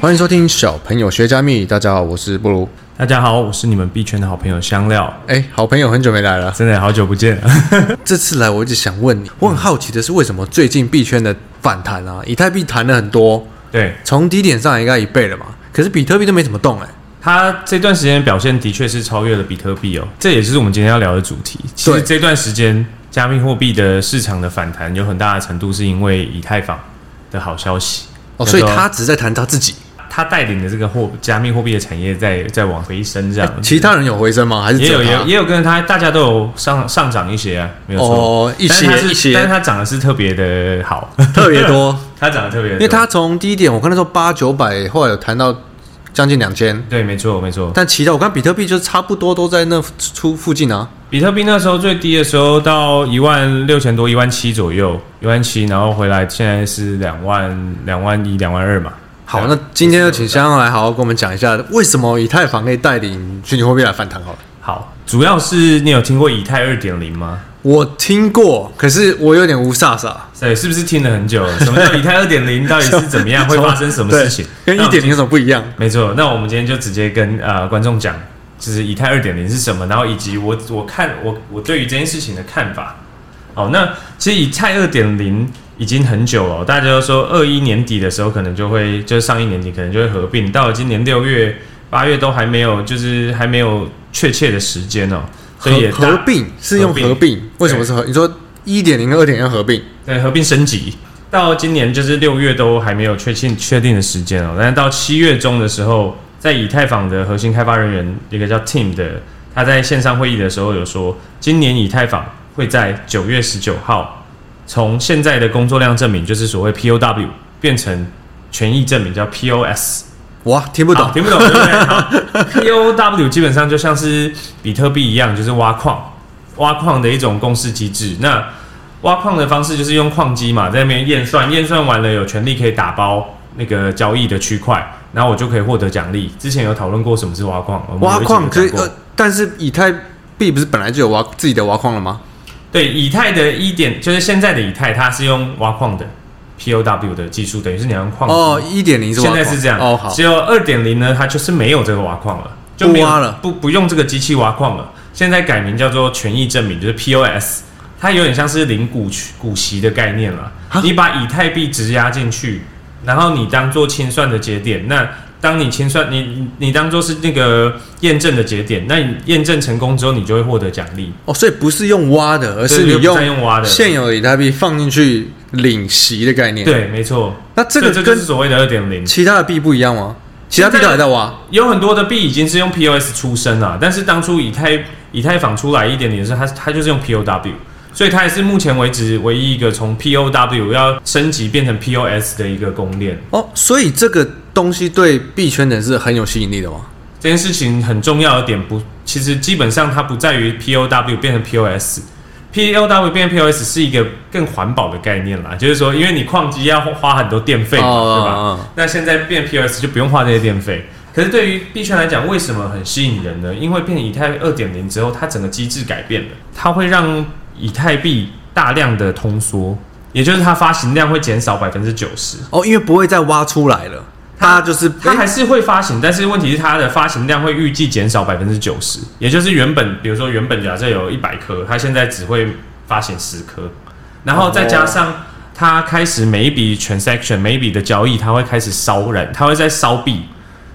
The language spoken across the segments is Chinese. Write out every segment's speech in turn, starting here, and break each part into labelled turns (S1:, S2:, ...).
S1: 欢迎收听小朋友学加密，大家好，我是布鲁。
S2: 大家好，我是你们币圈的好朋友香料，
S1: 哎，好朋友很久没来了，
S2: 真的好久不见 了。
S1: 这次来我一直想问你，我很好奇的是，为什么最近币圈的反弹啊，以太币弹了很多，
S2: 对
S1: 从低点上应该一倍了嘛，可是比特币都没怎么动哎、
S2: 他这段时间表现的确是超越了比特币哦，这也是我们今天要聊的主题。其
S1: 对
S2: 实这段时间加密货币的市场的反弹有很大的程度是因为以太坊的好消息
S1: 哦，所以
S2: 那个
S1: 他只是在弹他自己，
S2: 他带领的这个货加密货币的产业在在往回升这样子。
S1: 其他人有回升吗？还是只
S2: 也有也
S1: 他
S2: 有也有跟他，大家都有上上涨一些啊，没有错。
S1: 哦一些
S2: 但是它是
S1: 一些
S2: 但是它涨的是特别的好，
S1: 特别 多？
S2: 它涨得特别的多，
S1: 因为他从低点，我看那时候八九百，后来有弹到将近两千，
S2: 对，没错没错。
S1: 但其他我看比特币就差不多都在那出附近啊。
S2: 比特币那时候最低的时候到一万六千多、一万七左右，一万七，然后回来现在是两万、两万一、两万二嘛。
S1: 好，那今天就请香香来好好跟我们讲一下，为什么以太坊可以带领虚拟货币来反弹？好了，
S2: 好，主要是你有听过以太二点零吗？
S1: 我听过，可是我有点无煞煞，
S2: 对，是不是听了很久了？什么叫以太二点零？到底是怎 么样？会发生什么事情？
S1: 对跟
S2: 那
S1: 一
S2: 我们
S1: 点零有什么不一样？
S2: 没错，那我们今天就直接跟呃观众讲，就是以太二点零是什么，然后以及我我看我我对于这件事情的看法。好，那其实以太二点零已经很久了，大家都说二一年底的时候可能就会，就是上一年底可能就会合并，到了今年六月、八月都还没有，就是还没有确切的时间哦，所以也
S1: 合合
S2: 大
S1: 并是用合
S2: 合
S1: 并，为什么是合？你说一点零跟二点零合并，
S2: 对，合并升级。到今年就是六月都还没有确定确定的时间哦，但是到七月中的时候，在以太坊的核心开发人员一个叫 Tim 的，他在线上会议的时候有说，今年以太坊会在九月十九号从现在的工作量证明，就是所谓 POW，变成权益证明，叫 POS。
S1: 哇，听不
S2: 好
S1: 懂，
S2: 听 不懂，对不对好？POW 基本上就像是比特币一样，就是挖矿，挖矿的一种公式机制。那挖矿的方式就是用矿机嘛，在那边验算，验算完了有权利可以打包那个交易的区块，然后我就可以获得奖励。之前有讨论过什么是挖矿，我们
S1: 挖
S2: 有一集
S1: 矿
S2: 有
S1: 可
S2: 讲
S1: 以，
S2: 过
S1: 呃，但是以太币不是本来就有挖自己的挖矿了吗？
S2: 对，以太的一点就是现在的以太，它是用挖矿的 POW 的技术，等于是你要用矿机
S1: 哦，一点零是挖
S2: 现
S1: 矿，
S2: 在是这样
S1: 哦，好
S2: 只，有二点零呢，它就是没有这个挖矿了，就没有
S1: 不挖了，
S2: 不不用这个机器挖矿了。现在改名叫做权益证明，就是 POS，它有点像是领股股息的概念了
S1: 啊。
S2: 你把以太币质押进去，然后你当做清算的节点，那当你清算你你你当做是那个验证的节点，那你验证成功之后，你就会获得奖励。
S1: 哦，所以不是用挖的，而是
S2: 对
S1: 你
S2: 就不再用挖的
S1: 现有的以太币放进去领息的概念。，
S2: 对，没错，
S1: 那这
S2: 所
S1: 个
S2: 以这就
S1: 跟
S2: 是所谓的二点零。
S1: 其他的币不一样吗？其他币都还在挖，
S2: 有很多的币已经是用 POS 出生了，但是当初以太以太坊出来一点点的时候，它它就是用 POW，所以它也是目前为止唯一一个从 POW 要升级变成 POS 的一个公链。
S1: 哦，所以这个东西对币圈人是很有吸引力的吗？
S2: 这件事情很重要的点不，其实基本上它不在于 POW 变成 POS。POW 变成 POS 是一个更环保的概念啦，就是说，因为你矿机要花很多电费嘛，
S1: 哦
S2: 对吧？
S1: 哦哦
S2: 那现在变 POS 就不用花这些电费。可是对于币圈来讲，为什么很吸引人呢？因为变成以太二点零之后，它整个机制改变了，它会让以太币大量的通缩，也就是它发行量会减少百分之九十。
S1: 哦，因为不会再挖出来了，它
S2: 它
S1: 就是
S2: 它
S1: 诶
S2: 还是会发行，但是问题是它的发行量会预计减少百分之九十，也就是原本，比如说原本假设有一百颗，它现在只会发行十颗，然后再
S1: 哦
S2: 加上它开始每一笔 transaction 每一笔的交易，它会开始烧人，它会在烧币，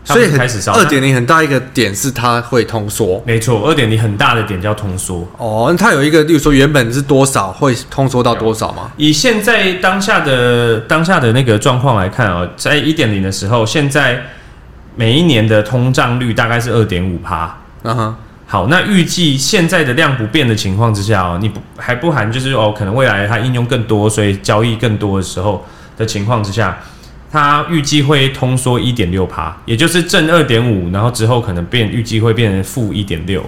S2: 它
S1: 所以
S2: 会
S1: 很
S2: 开始烧
S1: 二点零很大一个点是它会通缩
S2: 它。没错，二点零很大的点叫通缩。
S1: 哦，那它有一个，例如说原本是多少会通缩到多少吗？
S2: 以现在当下的当下的那个状况来看哦，在一点零的时候，现在每一年的通胀率大概是二点五趴。
S1: 嗯哼，
S2: 好，那预计现在的量不变的情况之下哦，你不还不含就是哦，可能未来它应用更多，所以交易更多的时候的情况之下，它预计会通缩一点六趴，也就是正二点五，然后之后可能变预计会变成负一点六，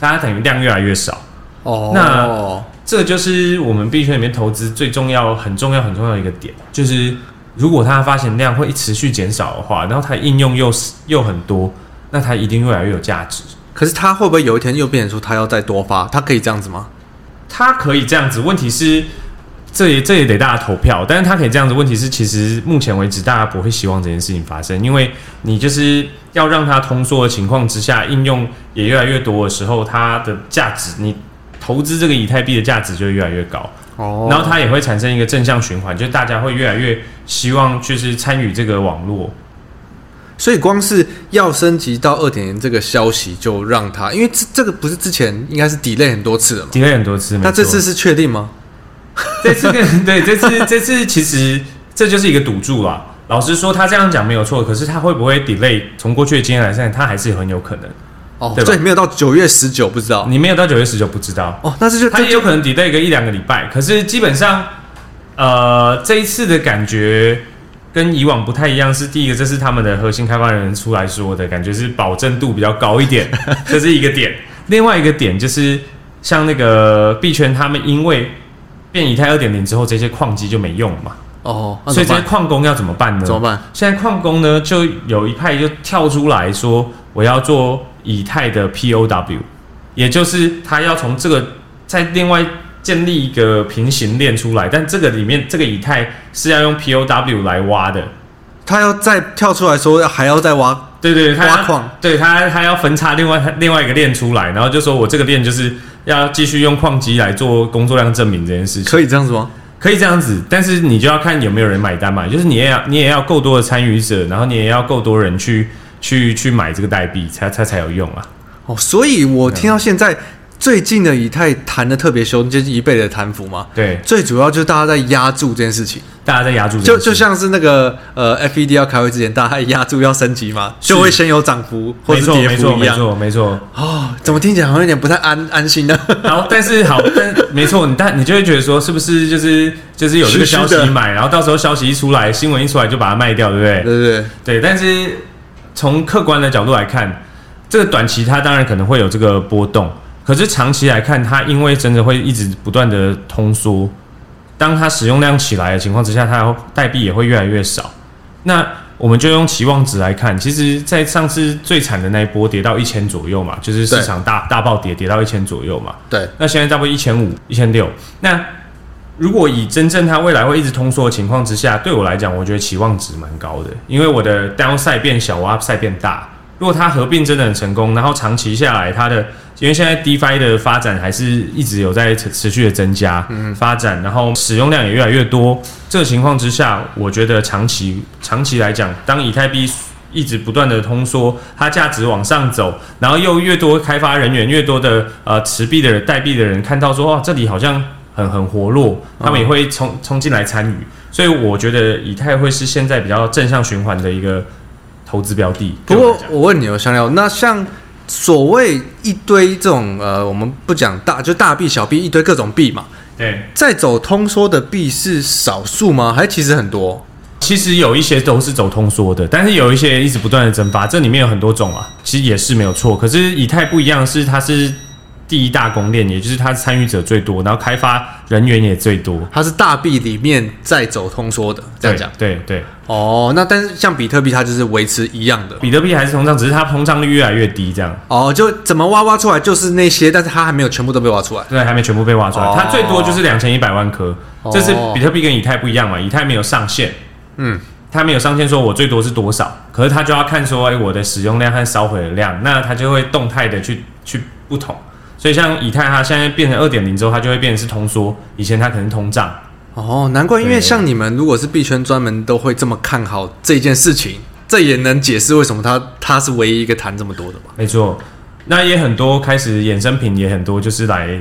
S2: 它等于量越来越少。
S1: 哦，
S2: 那这就是我们币圈里面投资最重要、很重要、很重要的一个点，就是如果它的发行量会持续减少的话，然后它应用又是又很多，那它一定越来越有价值。
S1: 可是它会不会有一天又变成说它要再多发？它可以这样子吗？
S2: 它可以这样子，问题是这也这也得大家投票，但是他可以这样子。问题是，其实目前为止大家不会希望这件事情发生，因为你就是要让它通缩的情况之下，应用也越来越多的时候，它的价值，你投资这个以太币的价值就会越来越高。
S1: 哦
S2: 然后它也会产生一个正向循环，就是大家会越来越希望就是参与这个网络。
S1: 所以光是要升级到二点零这个消息，就让它，因为这这个不是之前应该是 delay 很多次了嘛？
S2: 的确很多次，没
S1: 那这
S2: 错
S1: 次是确定吗？
S2: 这次跟 对这次这次其实这就是一个赌注啦。老实说，他这样讲没有错，可是他会不会 delay？从过去的经验来看，他还是很有可能。
S1: 哦，
S2: 对吧
S1: 对，没有到九月十九，不知道。
S2: 你没有到九月十九不知道，
S1: 哦，那这就
S2: 他也有可能 delay 个一两个礼拜。可是基本上，呃，这一次的感觉跟以往不太一样，是第一个，这是他们的核心开发人员出来说的感觉是保证度比较高一点，这是一个点。另外一个点就是像那个币圈，他们因为变以太二点零之后，这些矿机就没用嘛。
S1: 哦，那
S2: 所
S1: 怎么
S2: 以这些
S1: 办？
S2: 矿工要怎么办呢？
S1: 怎么办？
S2: 现在矿工呢，就有一派就跳出来说，我要做以太的 POW，也就是他要从这个再另外建立一个平行链出来，但这个里面这个以太是要用 POW 来挖的。
S1: 他要再跳出来说，还要再挖
S2: 对对，对他
S1: 挖矿，
S2: 对他他要分叉另外另外一个链出来，然后就说我这个链就是要继续用矿机来做工作量证明这件事情。
S1: 可以这样子吗？
S2: 可以这样子，但是你就要看有没有人买单嘛，就是你也要你也要够多的参与者，然后你也要够多人去去去买这个代币，才才才有用啊。
S1: 哦，所以我听到现在最近的以太弹的特别凶，接近一倍的弹幅嘛。
S2: 对，
S1: 最主要就是大家在压住这件事情，
S2: 大家在压住这
S1: 就
S2: 件事
S1: 就像是那个呃 FED 要开会之前，大家在压住要升级嘛，就会先有涨幅或
S2: 没
S1: 是
S2: 错
S1: 跌
S2: 没
S1: 幅
S2: 错
S1: 一
S2: 没
S1: 样。
S2: 错没错。
S1: 哦，怎么听起来好像有点不太安安心呢？
S2: 好，但是好，但没错，你但你就会觉得说，是不是就是就是有这个消
S1: 虚虚
S2: 息
S1: 的
S2: 买，然后到时候消息一出来，新闻一出来就把它卖掉，对不对？
S1: 对对对，
S2: 对，但是从客观的角度来看，这个短期它当然可能会有这个波动，可是长期来看，它因为真的会一直不断的通缩，当它使用量起来的情况之下，它代币也会越来越少。那我们就用期望值来看，其实，在上次最惨的那一波跌到一千左右嘛，就是市
S1: 对
S2: 场大大暴跌，跌到一千左右嘛。
S1: 对，
S2: 那现在大概一千五、一千六。那如果以真正它未来会一直通缩的情况之下，对我来讲，我觉得期望值蛮高的，因为我的 downside 变小，我 upside 变大。如果它合并真的很成功，然后长期下来，它的因为现在 DeFi 的发展还是一直有在持持续的增加、发展，然后使用量也越来越多。这个情况之下，我觉得长期长期来讲，当以太币一直不断的通缩，它价值往上走，然后又越多开发人员、越多的呃持币的人、代币的人看到说，哦，这里好像很很活络，他
S1: 嗯
S2: 们也会冲冲进来参与，所以我觉得以太会是现在比较正向循环的一个投资标的。
S1: 不
S2: 对
S1: 过
S2: 我来讲
S1: 我问你哦，香料，那像所谓一堆这种呃，我们不讲大，就大币小币一堆各种币嘛，
S2: 对，
S1: 在走通缩的币是少数吗？还其实很多
S2: 其实有一些都是走通缩的，但是有一些一直不断的蒸发，这里面有很多种啊，其实也是没有错。可是以太不一样的是，它是第一大公链，也就是它参与者最多，然后开发人员也最多。
S1: 它是大币里面在走通缩的，这样讲
S2: 对对对，
S1: 哦。那但是像比特币，它就是维持一样的
S2: 比特币还是通胀，只是它膨胀率越来越低，这样。
S1: 哦，就怎么挖挖出来就是那些，但是它还没有全部都被挖出来。
S2: 对，还没全部被挖出来
S1: 哦，
S2: 它最多就是两千一百万颗，
S1: 哦
S2: 这是比特币跟以太不一样嘛，以太没有上限，
S1: 嗯，
S2: 它没有上限说我最多是多少，可是它就要看说，哎、我的使用量和烧毁的量，那它就会动态的去去不同，所以像以太它现在变成二点零之后，它就会变成是通缩，以前它可能是通胀，
S1: 哦，难怪，因为
S2: 对
S1: 像你们如果是币圈专门，都会这么看好这件事情，这也能解释为什么它它是唯一一个谈这么多的吧？
S2: 没错，那也很多开始衍生品也很多，就是来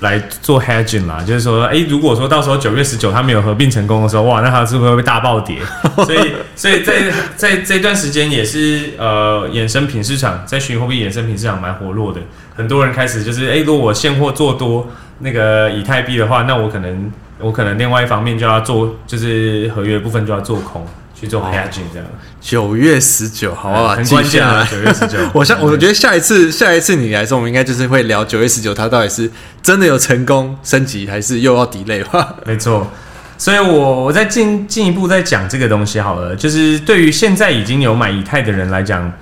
S2: 来做 hedging 啦，就是说，哎、如果说到时候九月十九它没有合并成功的时候，哇，那它是不是会被大暴 跌？所以，所以在在这段时间也是呃，衍生品市场在虚拟货币衍生品市场蛮活络的，很多人开始就是，哎、如果我现货做多那个以太币的话，那我可能我可能另外一方面就要做，就是合约的部分就要做空。去做 hedging 这样，
S1: 九月十九，哦好啊，
S2: 很
S1: 记
S2: 关键
S1: 下
S2: 啊，
S1: 来。。
S2: 九月十九
S1: 我像我
S2: 嗯
S1: 觉得下一次下一次你来说，我们应该就是会聊九月十九，它到底是真的有成功升级，还是又要 delay 吧？
S2: 没错。所以我我再进进一步再讲这个东西好了，就是对于现在已经有买以太的人来讲，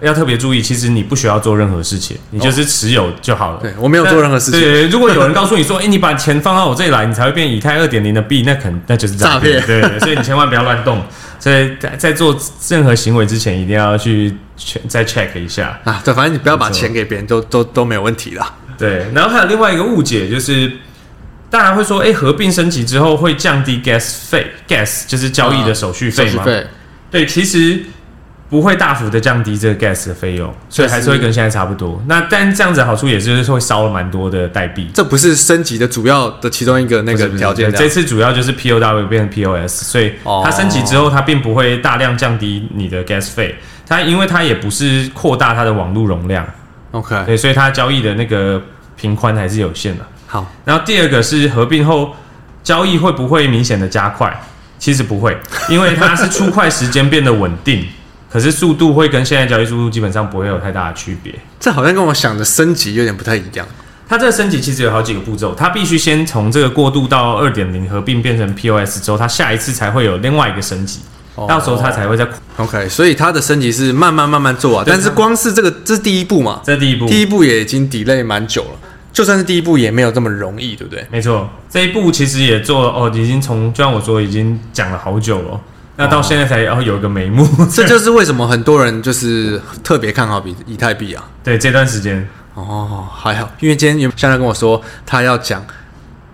S2: 要特别注意，其实你不需要做任何事情，你就是持有就好了。
S1: 哦对我没有做任何事情
S2: 对，对如果有人告诉你说，哎、你把钱放到我这里来，你才会变以太二点零的币，那可能那就是诈骗。
S1: 诈
S2: 对，对所以你千万不要乱动。所以在在做任何行为之前，一定要去 check- 再 check 一下。
S1: 啊，对，反正你不要把
S2: 没错
S1: 钱给别人都都都没有问题啦。
S2: 对，然后还有另外一个误解就是，大家会说，哎、合并升级之后会降低 gas 费，gas 就是交易的手续
S1: 啊
S2: 费吗？
S1: 对，
S2: 对，其实不会大幅的降低这个 gas 的费用，所以还是会跟现在差不多。那但这样子的好处也就是会烧了蛮多的代币。
S1: 这不是升级的主要的其中一个那
S2: 不是
S1: 个
S2: 不是
S1: 条件
S2: 对
S1: 这
S2: 这
S1: 样。
S2: 次主要就是 POW 变成 POS，所以
S1: 哦
S2: 它升级之后，它并不会大量降低你的 gas 费。它因为它也不是扩大它的网络容量，
S1: OK，
S2: 对，所以它交易的那个频宽还是有限的。
S1: 好，
S2: 然后第二个是合并后交易会不会明显的加快？其实不会，因为它是出块时间变得稳定， 可是速度会跟现在交易速度基本上不会有太大的区别。
S1: 这好像跟我想的升级有点不太一样。
S2: 它这个升级其实有好几个步骤，它必须先从这个过渡到二点零合并变成 POS 之后，它下一次才会有另外一个升级，
S1: 哦
S2: 到时候它才会再。
S1: OK，所以它的升级是慢慢慢慢做啊，
S2: 对
S1: 但是
S2: 它
S1: 光是这个这是第一步嘛，
S2: 这是第一步，
S1: 第一步也已经 delay 蛮久了，就算是第一步也没有这么容易，对不对？
S2: 没错，这一步其实也做哦，已经从就像我说，已经讲了好久了，那到现在才哦有一个眉目。
S1: 这就是为什么很多人就是特别看好比以太币啊。
S2: 对这段时间，
S1: 哦，还好，因为今天有香香跟我说他要讲。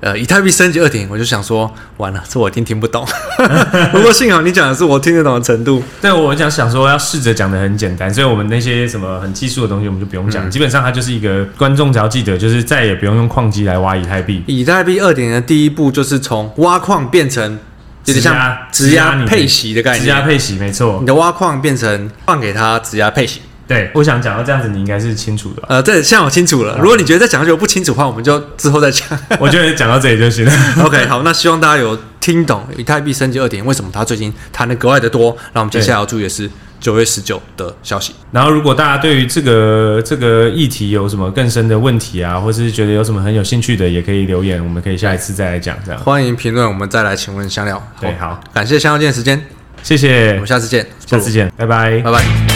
S1: 呃，以太币升级二点，我就想说，完了，这我一定听不懂。 不过幸好你讲的是我听得懂的程度。
S2: 对，我想想说要试着讲的很简单，所以我们那些什么很技术的东西我们就不用
S1: 嗯
S2: 讲，基本上它就是一个观众只要记得，就是再也不用用矿机来挖以太币，
S1: 以太币二点的第一步就是从挖矿变成有点像质
S2: 质押
S1: 押
S2: 你
S1: 配息的概
S2: 质押
S1: 念，
S2: 配息没错
S1: 你。的挖矿变成换给他质押配息。
S2: 对，我想讲到这样子，你应该是清 楚的吧。
S1: 呃，这现在我清楚
S2: 哦
S1: 了。如果你觉得再讲下去我不清楚的话，我们就之后再讲。
S2: 我觉得讲到这里就行了。
S1: OK，好，那希望大家有听懂以太币升级二点为什么它最近弹的格外的多。那我们接下来要注意的是九月十九的消息。
S2: 然后，如果大家对于这个这个议题有什么更深的问题啊，或是觉得有什么很有兴趣的，也可以留言，我们可以下一次再来讲。这样，
S1: 欢迎评论，我们再来请问香料。
S2: 对，好，
S1: 感谢香料见的时间，
S2: 谢
S1: 我
S2: 谢
S1: 们，下次见，
S2: 下次见，拜拜
S1: 拜拜。